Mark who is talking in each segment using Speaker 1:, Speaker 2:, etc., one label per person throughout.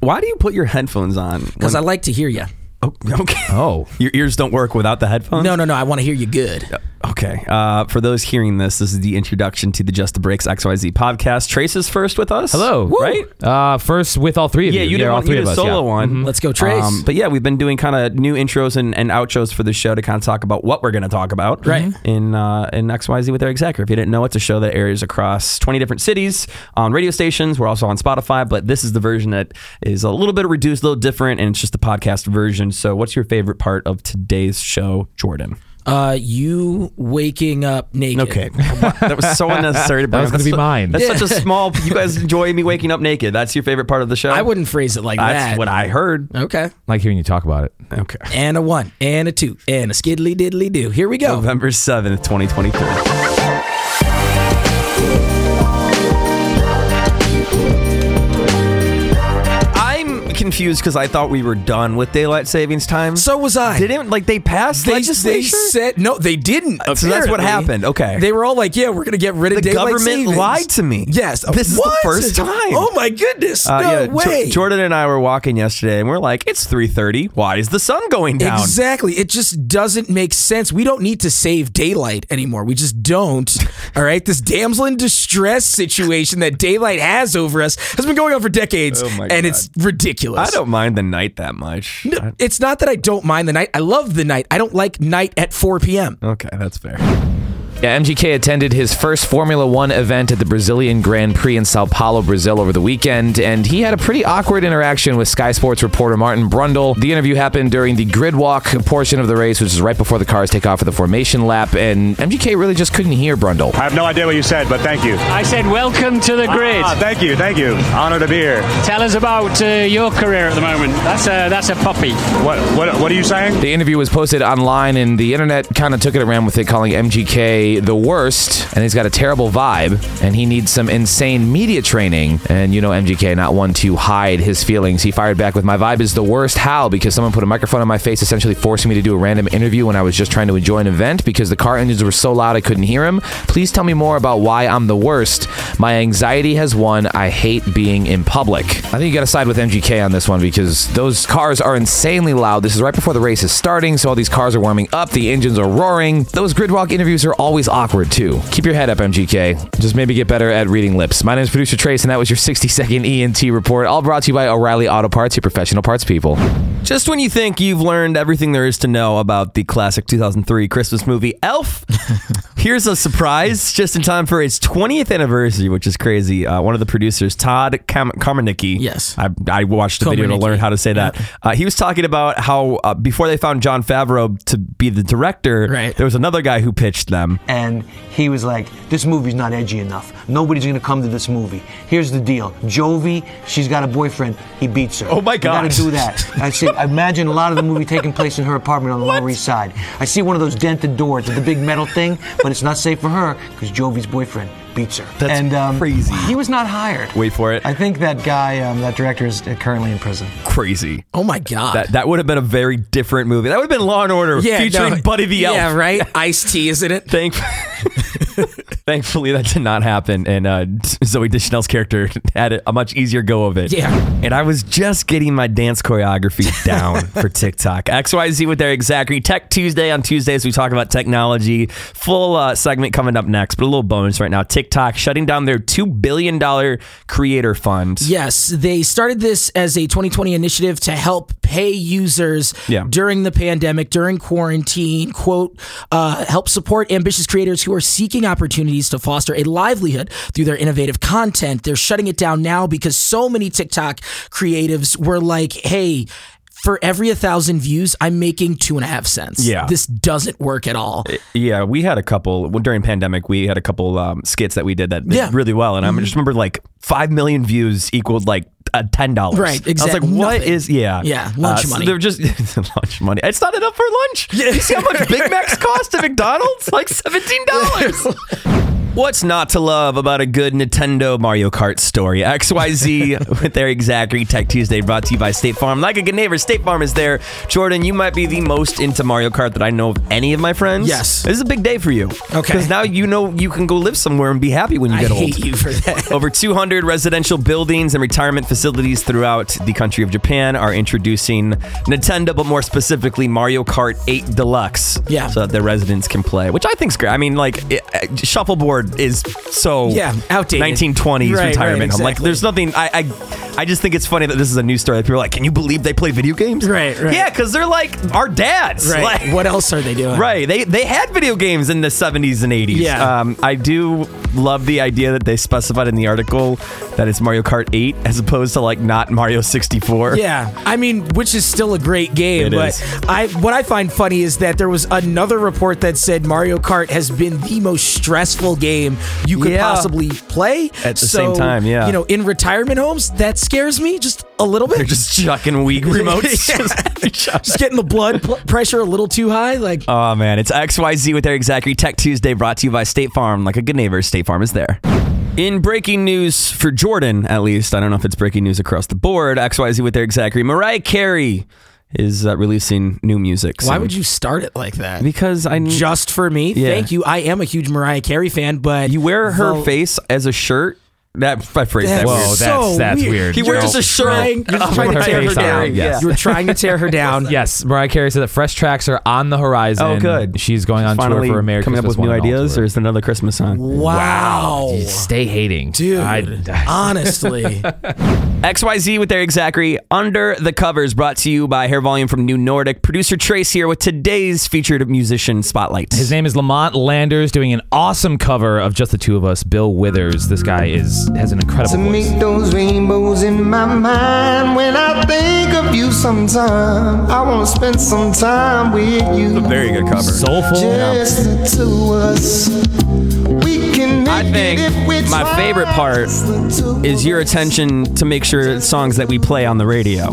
Speaker 1: Why do you put your headphones on?
Speaker 2: because
Speaker 1: when-
Speaker 2: I like to hear you.
Speaker 1: Oh, okay.
Speaker 3: Oh.
Speaker 1: Your ears don't work without the headphones?
Speaker 2: No, no, no. I want to hear you good.
Speaker 1: Okay. Uh, for those hearing this, this is the introduction to the Just the Breaks XYZ podcast. Trace is first with us.
Speaker 3: Hello.
Speaker 1: Right?
Speaker 3: Uh, first with all three of
Speaker 1: Yeah,
Speaker 3: you.
Speaker 1: you did
Speaker 3: all
Speaker 1: one,
Speaker 3: three
Speaker 1: you
Speaker 3: of
Speaker 1: did a
Speaker 3: us.
Speaker 1: solo
Speaker 3: yeah. Mm-hmm.
Speaker 1: one.
Speaker 2: Let's go, Trace.
Speaker 1: Um, but yeah, we've been doing kind of new intros and, and outros for the show to kind of talk about what we're going to talk about,
Speaker 2: Right.
Speaker 3: Mm-hmm.
Speaker 1: In uh, in XYZ with Eric Zacher. If you didn't know, it's a show that airs across 20 different cities on radio stations. We're also on Spotify, but this is the version that is a little bit reduced, a little different, and it's just the podcast version. So, what's your favorite part of today's show, Jordan?
Speaker 2: uh, you waking up naked.
Speaker 1: Okay, that was so unnecessary. To bring
Speaker 3: was
Speaker 1: up.
Speaker 3: gonna
Speaker 1: That's
Speaker 3: be
Speaker 1: so-
Speaker 3: mine.
Speaker 1: That's such a small. You guys enjoy me waking up naked. That's your favorite part of the show.
Speaker 2: I wouldn't phrase it like
Speaker 1: That's
Speaker 2: that.
Speaker 1: what I heard.
Speaker 2: okay.
Speaker 3: Like hearing you talk about it.
Speaker 1: Okay.
Speaker 2: And a one, and a two, and a skiddly diddly do. Here we go.
Speaker 1: November 7th, 2023. I'm confused because I thought we were done with daylight savings time.
Speaker 2: So was I.
Speaker 1: didn't like they passed
Speaker 2: they, they
Speaker 1: legislation?
Speaker 2: said no, they didn't.
Speaker 1: So that's what
Speaker 2: apparently.
Speaker 1: happened. Okay.
Speaker 2: They were all like, "Yeah, we're gonna get rid of
Speaker 1: The
Speaker 2: daylight
Speaker 1: government
Speaker 2: savings."
Speaker 1: lied to me.
Speaker 2: Yes,
Speaker 1: This is the
Speaker 2: What?
Speaker 1: first time.
Speaker 2: Oh my goodness!
Speaker 1: Uh,
Speaker 2: no
Speaker 1: yeah, Jo-
Speaker 2: way.
Speaker 1: Jordan and I were walking yesterday, and we're like, "It's 3:30. Why is the sun going down?"
Speaker 2: Exactly. It just doesn't make sense. We don't need to save daylight anymore. We just don't. All right. This damsel in distress situation that daylight has over us has been going on for decades,
Speaker 1: Oh my God.
Speaker 2: and it's ridiculous.
Speaker 1: I don't mind the night that much.
Speaker 2: No, it's not that I don't mind the night. I love the night. I don't like night at 4 p.m.
Speaker 1: Okay, that's fair.
Speaker 4: Yeah, MGK attended his first Formula One event at the Brazilian Grand Prix in Sao Paulo, Brazil over the weekend, and he had a pretty awkward interaction with Sky Sports reporter Martin Brundle. The interview happened during the grid walk portion of the race, which is right before the cars take off for the formation lap, and MGK really just couldn't hear Brundle.
Speaker 5: I have no idea what you said, but thank you.
Speaker 6: I said, welcome to the grid.
Speaker 5: Ah, thank you, thank you. Honor to be here.
Speaker 6: Tell us about uh, your career at the moment. That's a that's a puppy.
Speaker 5: What what what are you saying?
Speaker 4: The interview was posted online, and the internet kind of took it around with it, calling MGK the worst, and he's got a terrible vibe, and he needs some insane media training. And you know, MGK, not one to hide his feelings. He fired back with, "My vibe is the worst. How? Because someone put a microphone on my face, essentially forcing me to do a random interview when I was just trying to enjoy an event because the car engines were so loud I couldn't hear him. Please tell me more about why I'm the worst. My anxiety has won. I hate being in public. I think you got to side with MGK on this one because those cars are insanely loud. This is right before the race is starting, so all these cars are warming up, the engines are roaring. Those gridwalk interviews are always awkward too. Keep your head up, MGK. Just maybe get better at reading lips. My name is producer Trace, and that was your 60 second ENT report, all brought to you by O'Reilly Auto Parts, your professional parts people.
Speaker 1: Just when you think you've learned everything there is to know about the classic 2003 Christmas movie Elf, here's a surprise just in time for its 20th anniversary, which is crazy. Uh, one of the producers, Todd Kam- Kamenicki.
Speaker 2: Yes.
Speaker 1: I, I watched the video to
Speaker 2: Kamenicki.
Speaker 1: learn how to say that. Uh, he was talking about how uh, before they found John Favreau to be the director,
Speaker 2: Right.
Speaker 1: there was another guy who pitched them.
Speaker 7: and he was like, "This movie's not edgy enough. Nobody's gonna come to this movie. Here's the deal: Jovi, she's got a boyfriend. He beats her.
Speaker 1: Oh, my
Speaker 7: You gotta
Speaker 1: God.
Speaker 7: do that. I see. I imagine a lot of the movie taking place in her apartment on the Lower East Side. I see one of those dented doors with the big metal thing, but it's not safe for her because Jovi's boyfriend beats her.
Speaker 1: That's
Speaker 7: and, um,
Speaker 1: crazy.
Speaker 7: He was not hired.
Speaker 1: Wait for it.
Speaker 7: I think that guy, um, that director, is currently in prison.
Speaker 1: Crazy.
Speaker 2: Oh my god.
Speaker 1: That, that would have been a very different movie. That would have been Law and Order featuring
Speaker 2: no.
Speaker 1: Buddy the Elf.
Speaker 2: Yeah, right. Ice tea, isn't it?
Speaker 1: Thank- Thankfully, that did not happen, and uh, Zoe Deschanel's character had a much easier go of it.
Speaker 2: Yeah.
Speaker 1: And I was just getting my dance choreography down for TikTok. XYZ with Eric Zachary. Tech Tuesday on Tuesdays, we talk about technology. Full uh, segment coming up next, but a little bonus right now. TikTok shutting down their $2 billion creator fund.
Speaker 2: Yes, they started this as a 2020 initiative to help pay users
Speaker 1: Yeah.
Speaker 2: during the pandemic, during quarantine, quote, uh, help support ambitious creators who are seeking opportunities to foster a livelihood through their innovative content. They're shutting it down now because so many TikTok creatives were like, hey, for every a thousand views, I'm making two and a half cents.
Speaker 1: Yeah.
Speaker 2: This doesn't work at all.
Speaker 1: Yeah, we had a couple well, during pandemic. We had a couple um, skits that we did that did
Speaker 2: Yeah. Mm-hmm.
Speaker 1: really well, and I just remember like five million views equaled like uh, ten dollars.
Speaker 2: Right,
Speaker 1: I was
Speaker 2: exact-
Speaker 1: like, what
Speaker 2: nothing.
Speaker 1: is yeah? Uh,
Speaker 2: Yeah, lunch
Speaker 1: so
Speaker 2: money.
Speaker 1: they're just lunch money. It's not enough for lunch. You see how much Big Macs cost at McDonald's? Like seventeen dollars. What's not to love about a good Nintendo Mario Kart story? XYZ with Eric Zachary, Tech Tuesday, brought to you by State Farm. Like a good neighbor, State Farm is there. Jordan, you might be the most into Mario Kart that I know of any of my friends.
Speaker 2: Yes.
Speaker 1: This is a big day for you.
Speaker 2: Okay.
Speaker 1: Because now you know you can go live somewhere and be happy when you
Speaker 2: I
Speaker 1: get old.
Speaker 2: hate you for that.
Speaker 1: Over 200 residential buildings and retirement facilities throughout the country of Japan are introducing Nintendo, but more specifically Mario Kart 8 Deluxe.
Speaker 2: Yeah.
Speaker 1: So that their residents can play, which I think's great. I mean, like, it, uh, shuffleboard is so
Speaker 2: Yeah, outdated.
Speaker 1: 1920s
Speaker 2: Right, right,
Speaker 1: retirement home. Like,
Speaker 2: exactly.
Speaker 1: there's nothing. I, I I just think it's funny that this is a news story. That people are like, can you believe they play video games?
Speaker 2: Right, right.
Speaker 1: Yeah, because they're like our dads.
Speaker 2: Right.
Speaker 1: Like,
Speaker 2: what else are they doing?
Speaker 1: Right. They they had video games in the 70s and 80s.
Speaker 2: Yeah.
Speaker 1: Um, I do love the idea that they specified in the article that it's Mario Kart 8 as opposed to like not Mario 64.
Speaker 2: Yeah, I mean, which is still a great game,
Speaker 1: It
Speaker 2: but
Speaker 1: is.
Speaker 2: I what I find funny is that there was another report that said Mario Kart has been the most stressful game you could
Speaker 1: Yeah.
Speaker 2: possibly play.
Speaker 1: At the same time, yeah.
Speaker 2: You know, in retirement homes, that scares me just a little bit.
Speaker 1: They're just chucking weak remotes. Just-
Speaker 2: Just getting the blood pl- pressure a little too high, like
Speaker 1: oh man, it's XYZ with Eric Zachary Tech Tuesday brought to you by State Farm. Like a good neighbor, State Farm is there. In breaking news for Jordan, at least, I don't know if it's breaking news across the board. XYZ with Eric Zachary. Mariah Carey is uh, releasing new music.
Speaker 2: why
Speaker 1: soon.
Speaker 2: would you start it like that?
Speaker 1: Because I
Speaker 2: Just for me,
Speaker 1: Yeah.
Speaker 2: thank you. I am a huge Mariah Carey fan, but
Speaker 1: You wear her
Speaker 2: the-
Speaker 1: face as a shirt. That I phrased that. weird.
Speaker 2: That's
Speaker 4: Whoa, that's-
Speaker 2: so
Speaker 4: that's weird.
Speaker 1: He wears
Speaker 2: You're
Speaker 1: just a shirt.
Speaker 2: Trying, you're just
Speaker 1: Oh,
Speaker 2: trying to
Speaker 1: her
Speaker 2: tear her
Speaker 1: face, sorry,
Speaker 2: down.
Speaker 1: yes.
Speaker 2: You were trying to tear her down.
Speaker 4: Yes, Mariah Carey said that fresh tracks are on the horizon.
Speaker 1: Oh, good.
Speaker 4: She's going on
Speaker 1: Finally
Speaker 4: tour for America.
Speaker 1: coming up with new ideas, or is it another Christmas song?
Speaker 2: Wow.
Speaker 4: stay hating,
Speaker 2: Dude,
Speaker 4: I-
Speaker 2: honestly.
Speaker 1: XYZ with Eric Zachary. Under the covers, brought to you by Hair Volume from New Nordic. Producer Trace here with today's featured musician spotlight.
Speaker 4: His name is Lamont Landers, doing an awesome cover of "Just the Two of Us." Bill Withers. This guy is has an incredible voice.
Speaker 8: Make those rainbows in my mind when I think of you sometime. I want to spend some time with you.
Speaker 1: very good cover.
Speaker 4: Soulful.
Speaker 8: Just the two of us. We can make
Speaker 1: I think
Speaker 8: it if we
Speaker 1: my
Speaker 8: try.
Speaker 1: favorite part
Speaker 8: Just the two
Speaker 1: is your
Speaker 8: of us.
Speaker 1: attention to make sure it's songs that we play on the radio.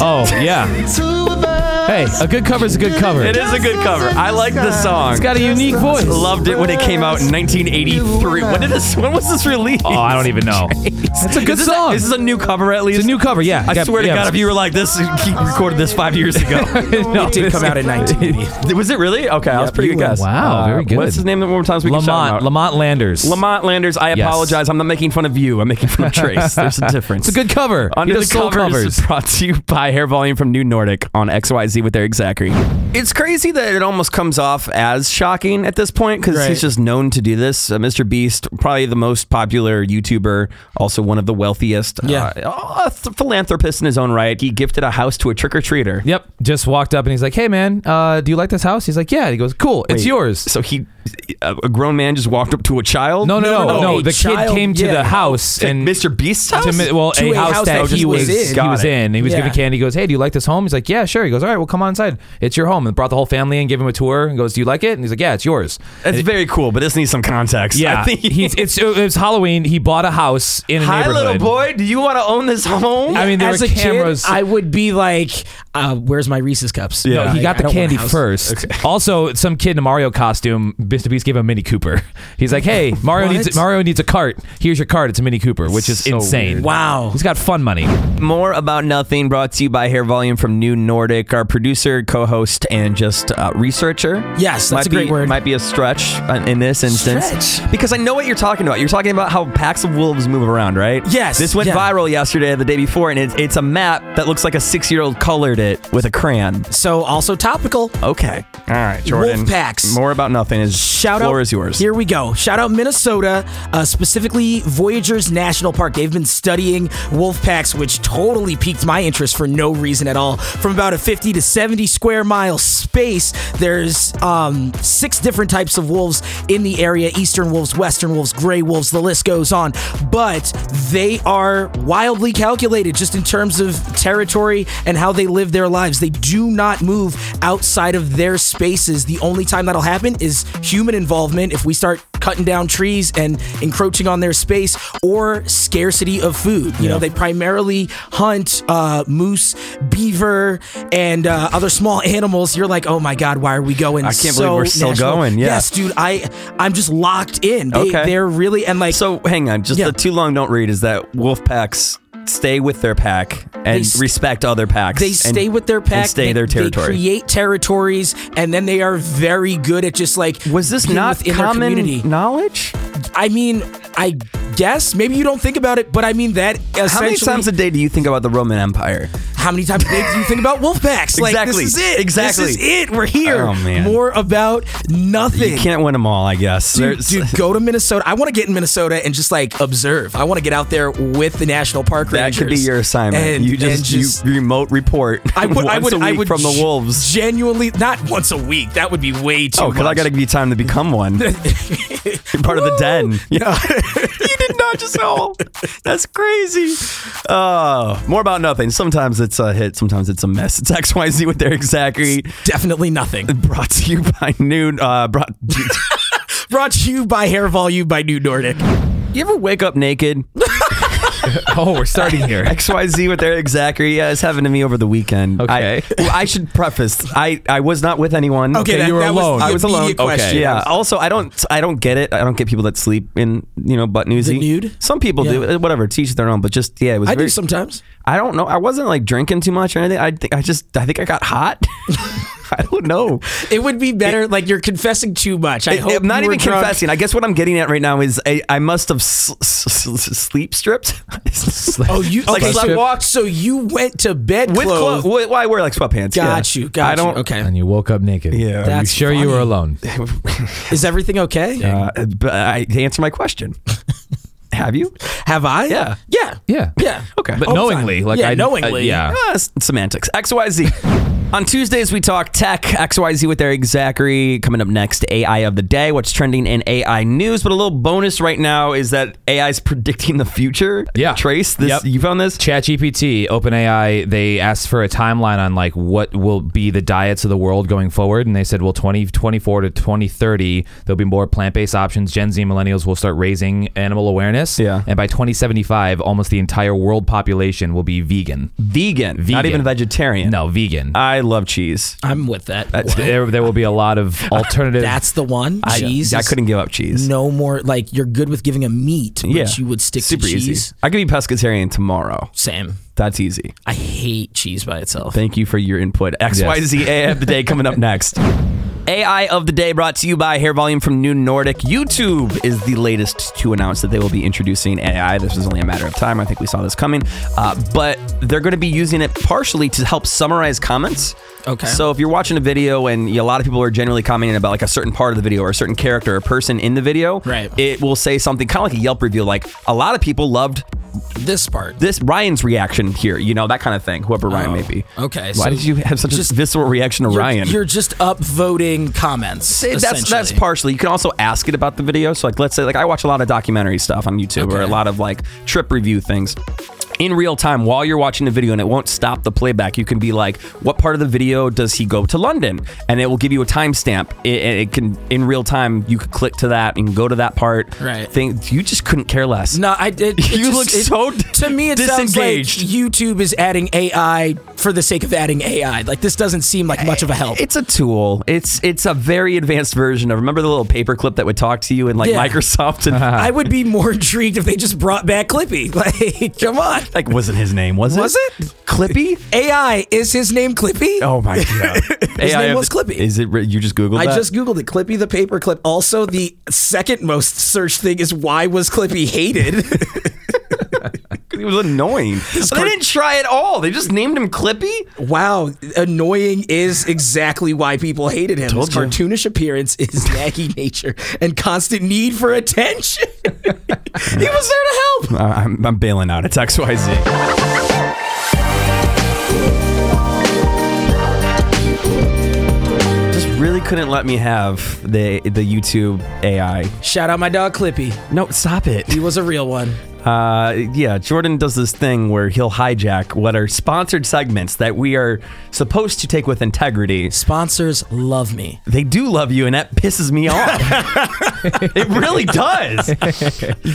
Speaker 4: Oh yeah.
Speaker 8: Two of us.
Speaker 4: Hey, a good cover is a good cover.
Speaker 1: It is a good cover. I like the song.
Speaker 4: It's got a unique voice.
Speaker 1: Loved it when it came out in 1983. When did this? When was this released?
Speaker 4: Oh, I don't even know.
Speaker 1: It's
Speaker 4: a good
Speaker 1: is
Speaker 4: song.
Speaker 1: This, a, is this a new cover at least?
Speaker 4: It's a new cover. Yeah.
Speaker 1: I
Speaker 4: Yeah,
Speaker 1: swear to
Speaker 4: yeah,
Speaker 1: God, if you were like this, he recorded this five years ago.
Speaker 4: No,
Speaker 2: it did
Speaker 4: this-
Speaker 2: come out in 1980.
Speaker 1: was it really? Okay, that was a pretty good
Speaker 4: you went-
Speaker 1: guess.
Speaker 4: wow, very good.
Speaker 1: What's his name? One more time, so we can shout him out.
Speaker 4: Lamont Lamont Landers.
Speaker 1: Lamont Landers. I
Speaker 4: Yes.
Speaker 1: apologize. I'm not making fun of you. I'm making fun of Trace. There's a difference.
Speaker 4: It's a good cover.
Speaker 1: Under
Speaker 4: You're
Speaker 1: the,
Speaker 4: the soul
Speaker 1: covers
Speaker 4: covers.
Speaker 1: is brought to you by Hair Volume from New Nordic on XYZ with Eric Zachary. It's crazy that it almost comes off as shocking at this point because
Speaker 2: Right.
Speaker 1: he's just known to do this. Uh, Mr. Beast, probably the most popular YouTuber, also one of the wealthiest.
Speaker 2: Yeah.
Speaker 1: Uh, a th- philanthropist in his own right. He gifted a house to a trick or treater.
Speaker 4: Yep. Just walked up and he's like, "Hey man, uh, do you like this house?" He's like, "Yeah." He goes, "Cool, it's yours."
Speaker 1: So he, a a grown man just walked up to a child?
Speaker 4: no, no, no,
Speaker 2: no,
Speaker 4: no.
Speaker 2: no, a
Speaker 4: The
Speaker 2: child-
Speaker 4: kid came to
Speaker 2: yeah.
Speaker 4: the house
Speaker 1: To
Speaker 4: and
Speaker 1: Mr. Beast's house?
Speaker 4: to mi- well,
Speaker 2: To
Speaker 4: a, house, that,
Speaker 2: he
Speaker 4: he
Speaker 2: was
Speaker 4: was,
Speaker 2: in.
Speaker 4: he
Speaker 1: Got
Speaker 4: was
Speaker 1: it.
Speaker 4: in. He was
Speaker 2: Yeah.
Speaker 4: giving candy. He goes, "Hey, do you like this home?" He's like, "Yeah, sure." He goes, "All right, well, come on inside. It's your home." And brought the whole family in, gave him a tour, and goes, "Do you like it?" And he's like, "Yeah, it's yours."
Speaker 1: That's very cool, but this needs some context.
Speaker 4: Yeah,
Speaker 1: I think
Speaker 4: he's it's it was Halloween. He bought a house in a
Speaker 1: Hi,
Speaker 4: neighborhood.
Speaker 1: little boy. Do you want to own this home?
Speaker 4: I mean, there
Speaker 2: As
Speaker 4: were
Speaker 2: a kid,
Speaker 4: cameras.
Speaker 2: I would be like, uh, where's my Reese's cups?
Speaker 1: Yeah.
Speaker 4: No, he
Speaker 2: Like,
Speaker 4: got
Speaker 2: I
Speaker 4: the
Speaker 2: don't want a
Speaker 4: candy
Speaker 2: house.
Speaker 4: first. Also, some kid in a Mario costume, Mr. Beast gave him a Mini Cooper. He's like, "Hey, Mario
Speaker 2: What?
Speaker 4: needs Mario needs a cart. Here's your cart. It's a Mini Cooper, which is
Speaker 1: So
Speaker 4: insane.
Speaker 1: weird.
Speaker 2: Wow.
Speaker 4: He's got fun money.
Speaker 1: More about nothing brought to you by Hair Volume from New Nordic. Our producer, co-host, and just uh, researcher.
Speaker 2: Yes, that's
Speaker 1: might
Speaker 2: a great
Speaker 1: be,
Speaker 2: word.
Speaker 1: Might be a stretch uh, in this instance
Speaker 2: Stretch?
Speaker 1: because I know what you're talking about. You're talking about how packs of wolves move around, right?
Speaker 2: Yes,
Speaker 1: This went
Speaker 2: yeah.
Speaker 1: viral yesterday, or the day before, and it's, it's a map that looks like a six-year-old colored it with a crayon.
Speaker 2: So also topical.
Speaker 1: Okay. All right, Jordan.
Speaker 2: Wolf packs.
Speaker 1: More about nothing is
Speaker 2: Shout
Speaker 1: floor
Speaker 2: out.
Speaker 1: is yours.
Speaker 2: Here we go. Shout out Minnesota, uh, specifically Voyagers National Park. They've been studying wolf packs, which totally piqued my interest for no reason at all. From about a 50 to 70 square mile space, there's um, six different types of wolves in the area Eastern wolves, Western wolves, gray wolves, the list goes on. But they are wildly calculated just in terms of territory and how they live their lives. They do not move outside of their spaces. The only time that'll happen is human involvement if we start cutting down trees and encroaching on their space, or scarcity of food. You know, they primarily hunt uh, moose, beaver, and uh, other small animals. You're like, oh my god, why are we going?
Speaker 1: I can't believe we're still going, yeah.
Speaker 2: Yes, dude, I I'm just locked in. They,
Speaker 1: Okay.
Speaker 2: they're really and like
Speaker 1: So hang on, just
Speaker 2: Yeah.
Speaker 1: the too long don't read is that wolf packs stay with their pack and
Speaker 2: s-
Speaker 1: respect other packs.
Speaker 2: They
Speaker 1: and-
Speaker 2: stay with their pack.
Speaker 1: and stay
Speaker 2: they,
Speaker 1: their territory.
Speaker 2: They create territories, and then they are very good at just like
Speaker 1: was this
Speaker 2: being
Speaker 1: not
Speaker 2: within their
Speaker 1: common
Speaker 2: community.
Speaker 1: knowledge?
Speaker 2: I mean, I guess maybe you don't think about it, but I mean that essentially.
Speaker 1: How many times a day do you think about the Roman Empire?
Speaker 2: how many times a day do you think about wolf packs? Like
Speaker 1: Exactly.
Speaker 2: this is it.
Speaker 1: Exactly.
Speaker 2: This is it. We're here.
Speaker 1: Oh, man.
Speaker 2: More about nothing.
Speaker 1: You can't win them all, I guess.
Speaker 2: Dude,
Speaker 1: There's-
Speaker 2: dude, go to Minnesota. I want to get in Minnesota and just like observe. I want to get out there with the national park
Speaker 1: that
Speaker 2: rangers.
Speaker 1: could be your assignment.
Speaker 2: And-
Speaker 1: you just,
Speaker 2: and
Speaker 1: you remote report
Speaker 2: I would,
Speaker 1: once
Speaker 2: I would,
Speaker 1: a week
Speaker 2: I would
Speaker 1: from the
Speaker 2: g-
Speaker 1: wolves.
Speaker 2: Genuinely, not once a week. That would be way too.
Speaker 1: Oh, because I
Speaker 2: much.
Speaker 1: got to give you time to become one. You're part of the den. Yeah. you did not just know. That's crazy. Uh, more about nothing. Sometimes it's a hit, sometimes it's a miss. It's XYZ with Derek Zachary,
Speaker 2: Definitely nothing.
Speaker 1: brought to you by Noon. Uh, brought,
Speaker 2: Brought to you by Hair Volume by New Nordic.
Speaker 1: you ever wake up naked?
Speaker 4: Oh, we're starting here.
Speaker 1: XYZ with Eric Zachary. Yeah, it's happened to me over the weekend.
Speaker 4: Okay.
Speaker 1: I, well, I should preface. I, I was not with anyone.
Speaker 2: Okay, that-
Speaker 4: you were
Speaker 2: that
Speaker 4: alone.
Speaker 2: Was the
Speaker 4: I
Speaker 1: was
Speaker 2: immediate
Speaker 1: alone.
Speaker 2: Question.
Speaker 4: Okay.
Speaker 1: Yeah. Also, I don't I don't get it. I don't get people that sleep in you know butt newsy.
Speaker 2: The nude?
Speaker 1: Some people
Speaker 2: Yeah.
Speaker 1: do. Whatever. Teach their own. But just yeah, it was.
Speaker 2: I
Speaker 1: very,
Speaker 2: do sometimes.
Speaker 1: I don't know. I wasn't like drinking too much or anything. I think I just I think I got hot. I don't know.
Speaker 2: It would be better. like you're confessing too much. I hope
Speaker 1: I'm not
Speaker 2: you were
Speaker 1: even
Speaker 2: drunk.
Speaker 1: confessing. I guess what I'm getting at right now is I, I must have s- s- s- sleep stripped.
Speaker 2: Oh, you
Speaker 1: Like
Speaker 2: okay?
Speaker 1: slept
Speaker 2: so,
Speaker 1: walk.
Speaker 2: so you went to bed
Speaker 1: with
Speaker 2: clothed.
Speaker 1: clothes. Why I wear like sweatpants? yeah.
Speaker 2: Got you. Got
Speaker 1: I don't.
Speaker 2: You. Okay.
Speaker 4: And you woke up naked.
Speaker 1: Yeah.
Speaker 4: Are you
Speaker 2: That's
Speaker 4: sure you were
Speaker 2: funny.
Speaker 4: alone?
Speaker 2: Is everything okay?
Speaker 1: Uh, but I, to answer my question, have you?
Speaker 2: Have I?
Speaker 1: Yeah.
Speaker 2: Yeah.
Speaker 4: Yeah.
Speaker 2: Yeah.
Speaker 1: Okay.
Speaker 4: But
Speaker 1: Oh,
Speaker 4: knowingly, like
Speaker 2: Yeah,
Speaker 4: I
Speaker 2: knowingly.
Speaker 4: I- yeah.
Speaker 1: Ah, s- semantics. XYZ. On Tuesdays, we talk tech. XYZ with Eric Zachary. Coming up next, AI of the day, what's trending in AI news. But a little bonus right now is that AI is predicting the future.
Speaker 4: Yeah.
Speaker 1: Trace, this,
Speaker 4: Yep.
Speaker 1: you found this?
Speaker 4: ChatGPT, OpenAI, they asked for a timeline on like what will be the diets of the world going forward, and they said, well, 2024 to 2030, there'll be more plant-based options. Gen Z millennials will start raising animal awareness,
Speaker 1: Yeah.
Speaker 4: and by 2075, almost the entire world population will be vegan.
Speaker 1: Vegan, Not
Speaker 4: Vegan.
Speaker 1: even vegetarian.
Speaker 4: No, vegan.
Speaker 1: I love cheese.
Speaker 2: I'm with that.
Speaker 4: there, there will be a lot of alternative.
Speaker 2: That's the one.
Speaker 1: I-
Speaker 2: cheese.
Speaker 1: I
Speaker 2: is
Speaker 1: couldn't give up cheese.
Speaker 2: No more. Like you're good with giving a meat, but
Speaker 1: Yeah.
Speaker 2: you would stick
Speaker 1: Super
Speaker 2: to cheese.
Speaker 1: easy. I could be pescatarian tomorrow.
Speaker 2: Same.
Speaker 1: That's easy.
Speaker 2: I hate cheese by itself.
Speaker 1: Thank you for your input. XYZ AI of the day coming up next. AI of the day brought to you by Hair Volume from New Nordic. YouTube is the latest to announce that they will be introducing AI. This was only a matter of time. I think we saw this coming. Uh, but they're going to be using it partially to help summarize comments.
Speaker 2: Okay.
Speaker 1: So if you're watching a video and you- a lot of people are generally commenting about like a certain part of the video or a certain character or person in the video,
Speaker 2: Right.
Speaker 1: it will say something kind of like a Yelp review, like a lot of people loved
Speaker 2: this part.
Speaker 1: this Ryan's reaction here, you know, that kind of thing, whoever Ryan may be.
Speaker 2: Oh, okay,
Speaker 1: Why
Speaker 2: so
Speaker 1: did you have such
Speaker 2: just-
Speaker 1: a visceral reaction to
Speaker 2: You're-
Speaker 1: Ryan?
Speaker 2: You're just upvoting comments.
Speaker 1: It- that's that's
Speaker 2: essentially.
Speaker 1: partially. You can also ask it about the video. So like, let's say like I watch a lot of documentary stuff on YouTube or a
Speaker 2: Okay.
Speaker 1: lot of like trip review things. In real time, while you're watching the video, and it won't stop the playback. You can be like, "What part of the video does he go to London?" And it will give you a timestamp. It, and it can, in real time, you could click to that and go to that part.
Speaker 2: Right.
Speaker 1: Thing you just couldn't care less.
Speaker 2: No, I did. it
Speaker 1: You
Speaker 2: just-
Speaker 1: look
Speaker 2: it-
Speaker 1: so
Speaker 2: to me. It
Speaker 1: disengaged.
Speaker 2: sounds like YouTube is adding AI for the sake of adding AI. Like this doesn't seem like much of a help.
Speaker 1: It's a tool. It's it's a very advanced version of remember the little paperclip that would talk to you in like
Speaker 2: Yeah.
Speaker 1: Microsoft and
Speaker 2: I would be more intrigued if they just brought back Clippy. Like, come on.
Speaker 1: like wasn't his name was it?
Speaker 2: Was it?
Speaker 1: Clippy?
Speaker 2: AI is his name Clippy?
Speaker 1: Oh my god!
Speaker 2: His
Speaker 1: AI
Speaker 2: name
Speaker 1: of
Speaker 2: was
Speaker 1: the-
Speaker 2: Clippy.
Speaker 1: Is it? re- You just googled.
Speaker 2: I
Speaker 1: that?
Speaker 2: just googled it. Clippy the paperclip. Also, the second most searched thing is why was Clippy hated?
Speaker 1: It was annoying. they
Speaker 2: cart-
Speaker 1: didn't try at all. They just named him Clippy.
Speaker 2: wow, annoying is exactly why people hated him.
Speaker 1: Told
Speaker 2: his
Speaker 1: you.
Speaker 2: cartoonish appearance, his naggy nature, and constant need for attention. he was there to help.
Speaker 1: I- Uh, I'm, I'm bailing out. It's X Y Z. Just really couldn't let me have the the YouTube AI.
Speaker 2: Shout out my dog Clippy.
Speaker 1: No, stop it.
Speaker 2: He was a real one.
Speaker 1: Uh, yeah, Jordan does this thing where he'll hijack what are sponsored segments that we are supposed to take with integrity.
Speaker 2: Sponsors love me.
Speaker 1: They do love you, and that pisses me off. it really does.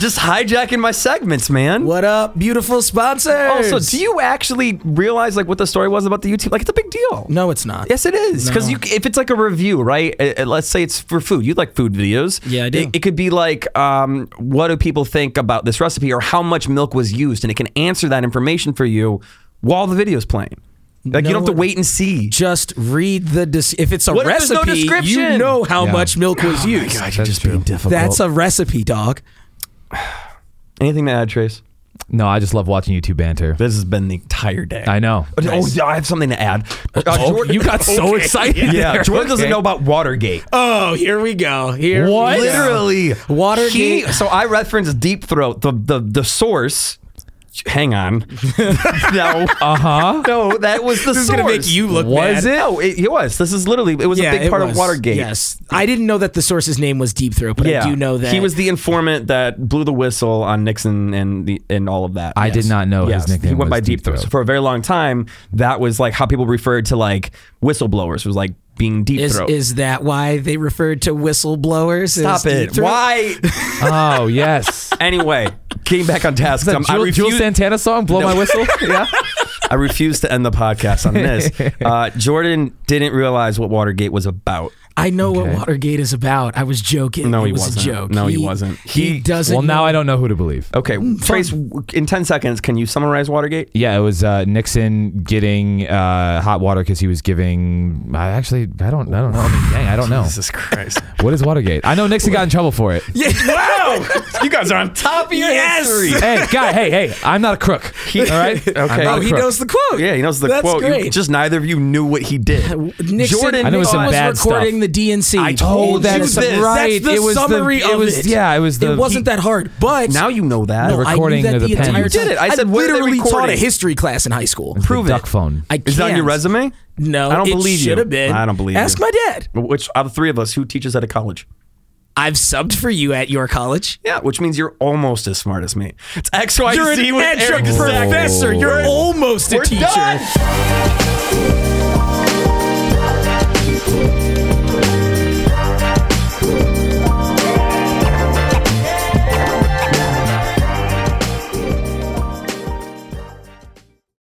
Speaker 1: Just hijacking my segments, man.
Speaker 2: What up, beautiful sponsors?
Speaker 1: Also, do you actually realize like what the story was about the YouTube? Like, it's a big deal.
Speaker 2: No, it's not.
Speaker 1: Yes, it is. Because you, if it's like a review, right? uh, uh, Let's say it's for food. You like food videos.
Speaker 2: Yeah, I do.
Speaker 1: It, it could be like, um, what do people think about this recipe, or how much milk was used, and it can answer that information for you while the video's playing. Like
Speaker 2: No
Speaker 1: you don't have to
Speaker 2: one-
Speaker 1: wait and see.
Speaker 2: Just read the des- if it's a
Speaker 1: What if there's
Speaker 2: recipe,
Speaker 1: no description?
Speaker 2: you know how
Speaker 4: Yeah.
Speaker 2: much milk was used.
Speaker 1: Oh you're just being difficult.
Speaker 2: That's a recipe, dog.
Speaker 1: anything to add, Trace.
Speaker 4: No, I just love watching YouTube banter.
Speaker 1: This has been the entire day.
Speaker 4: I know. Oh,
Speaker 1: Oh, yeah, I have something to add. Uh, Jordan-
Speaker 4: you got so
Speaker 1: Okay.
Speaker 4: excited
Speaker 1: Yeah,
Speaker 4: there.
Speaker 1: Jordan doesn't
Speaker 4: Okay.
Speaker 1: know about Watergate.
Speaker 2: Oh, here we go. Here
Speaker 4: What?
Speaker 2: we go.
Speaker 1: Literally,
Speaker 2: Watergate.
Speaker 1: He, so I referenced Deep Throat, the the the source. Hang on. no. Uh
Speaker 4: Uh-huh.
Speaker 1: huh. No, that was the
Speaker 2: This is
Speaker 1: source.
Speaker 2: gonna make you look
Speaker 1: was
Speaker 2: bad.
Speaker 1: it? No, it, it was. This is literally. It was
Speaker 2: Yeah,
Speaker 1: a big
Speaker 2: it
Speaker 1: part of
Speaker 2: was.
Speaker 1: Watergate.
Speaker 2: Yes, I didn't know that the source's name was Deep Throat, but
Speaker 1: Yeah.
Speaker 2: I do know that
Speaker 1: he was the informant that blew the whistle on Nixon and the and all of that.
Speaker 4: I did not know
Speaker 1: Yes,
Speaker 4: his nickname.
Speaker 1: He went by
Speaker 4: was
Speaker 1: Deep Throat. So for a very long time, that was like how people referred to like whistleblowers was like being Deep
Speaker 2: Is,
Speaker 1: Throat.
Speaker 2: is that why they referred to whistleblowers? as
Speaker 1: Stop
Speaker 2: Deep
Speaker 1: it.
Speaker 2: Throat?
Speaker 1: Why?
Speaker 4: Oh yes.
Speaker 1: anyway, getting back on task.
Speaker 4: That
Speaker 1: um, I
Speaker 4: Jewel, Jewel
Speaker 1: refuse-
Speaker 4: Santana song, "Blow My Whistle." yeah.
Speaker 1: I refuse to end the podcast on this. Uh, Jordan didn't realize what Watergate was about.
Speaker 2: I know what Watergate is about. I was joking.
Speaker 1: No,
Speaker 2: it
Speaker 1: he
Speaker 2: was
Speaker 1: wasn't.
Speaker 2: A joke.
Speaker 1: No, he wasn't.
Speaker 2: He,
Speaker 1: He-
Speaker 2: doesn't.
Speaker 4: Well, now I don't know who to believe.
Speaker 1: Okay,
Speaker 2: Mm,
Speaker 1: Trace, w- in 10 seconds, can you summarize Watergate?
Speaker 4: Yeah, it was uh, Nixon getting uh, hot water because he was giving. I actually, I don't, I don't know. Dang, I don't know.
Speaker 1: Jesus Christ.
Speaker 4: What is Watergate? I know Nixon got in trouble for it.
Speaker 1: wow! You guys are on top of your
Speaker 2: Yes!
Speaker 1: history.
Speaker 4: Hey, guy, hey, hey, I'm not a crook. all right,
Speaker 1: Okay.
Speaker 4: I'm
Speaker 1: Oh,
Speaker 4: not a
Speaker 2: He
Speaker 4: crook.
Speaker 2: knows the quote.
Speaker 1: Yeah, he knows the
Speaker 2: That's
Speaker 1: quote. You-
Speaker 2: Great.
Speaker 1: just neither of you knew what he did.
Speaker 2: Nixon,
Speaker 1: Jordan
Speaker 4: I know it's
Speaker 2: Nixon
Speaker 4: some
Speaker 2: was
Speaker 4: bad stuff.
Speaker 2: recording the DNC.
Speaker 1: I
Speaker 4: Oh,
Speaker 1: told
Speaker 2: that
Speaker 1: you
Speaker 4: that's
Speaker 2: is
Speaker 1: this.
Speaker 4: right.
Speaker 2: That's the
Speaker 4: it was
Speaker 2: summary
Speaker 4: the,
Speaker 2: of
Speaker 4: it was,
Speaker 2: it.
Speaker 4: Yeah, it was the.
Speaker 2: it wasn't that hard, but
Speaker 1: Now you know that.
Speaker 2: no,
Speaker 4: recording
Speaker 2: I knew
Speaker 4: of
Speaker 2: that
Speaker 4: the
Speaker 2: the,
Speaker 4: pen.
Speaker 2: entire
Speaker 4: You
Speaker 1: did
Speaker 2: time.
Speaker 1: it. I said, where are they
Speaker 2: literally taught a
Speaker 1: recording?
Speaker 2: history class in high school.
Speaker 1: Prove
Speaker 4: the
Speaker 1: it.
Speaker 4: duck phone.
Speaker 2: I
Speaker 1: Is that on your
Speaker 2: can't.
Speaker 1: resume?
Speaker 2: No,
Speaker 1: I don't
Speaker 2: it
Speaker 1: believe you.
Speaker 2: should have been.
Speaker 1: I don't believe
Speaker 2: Ask
Speaker 1: you.
Speaker 2: my dad.
Speaker 1: Which out of the three of us, who teaches at a college?
Speaker 2: I've subbed for you at your college.
Speaker 1: Yeah, which means you're almost as smart as me. It's XYZ with Eric Zach.
Speaker 2: You're almost a
Speaker 1: We're
Speaker 2: teacher.
Speaker 1: done.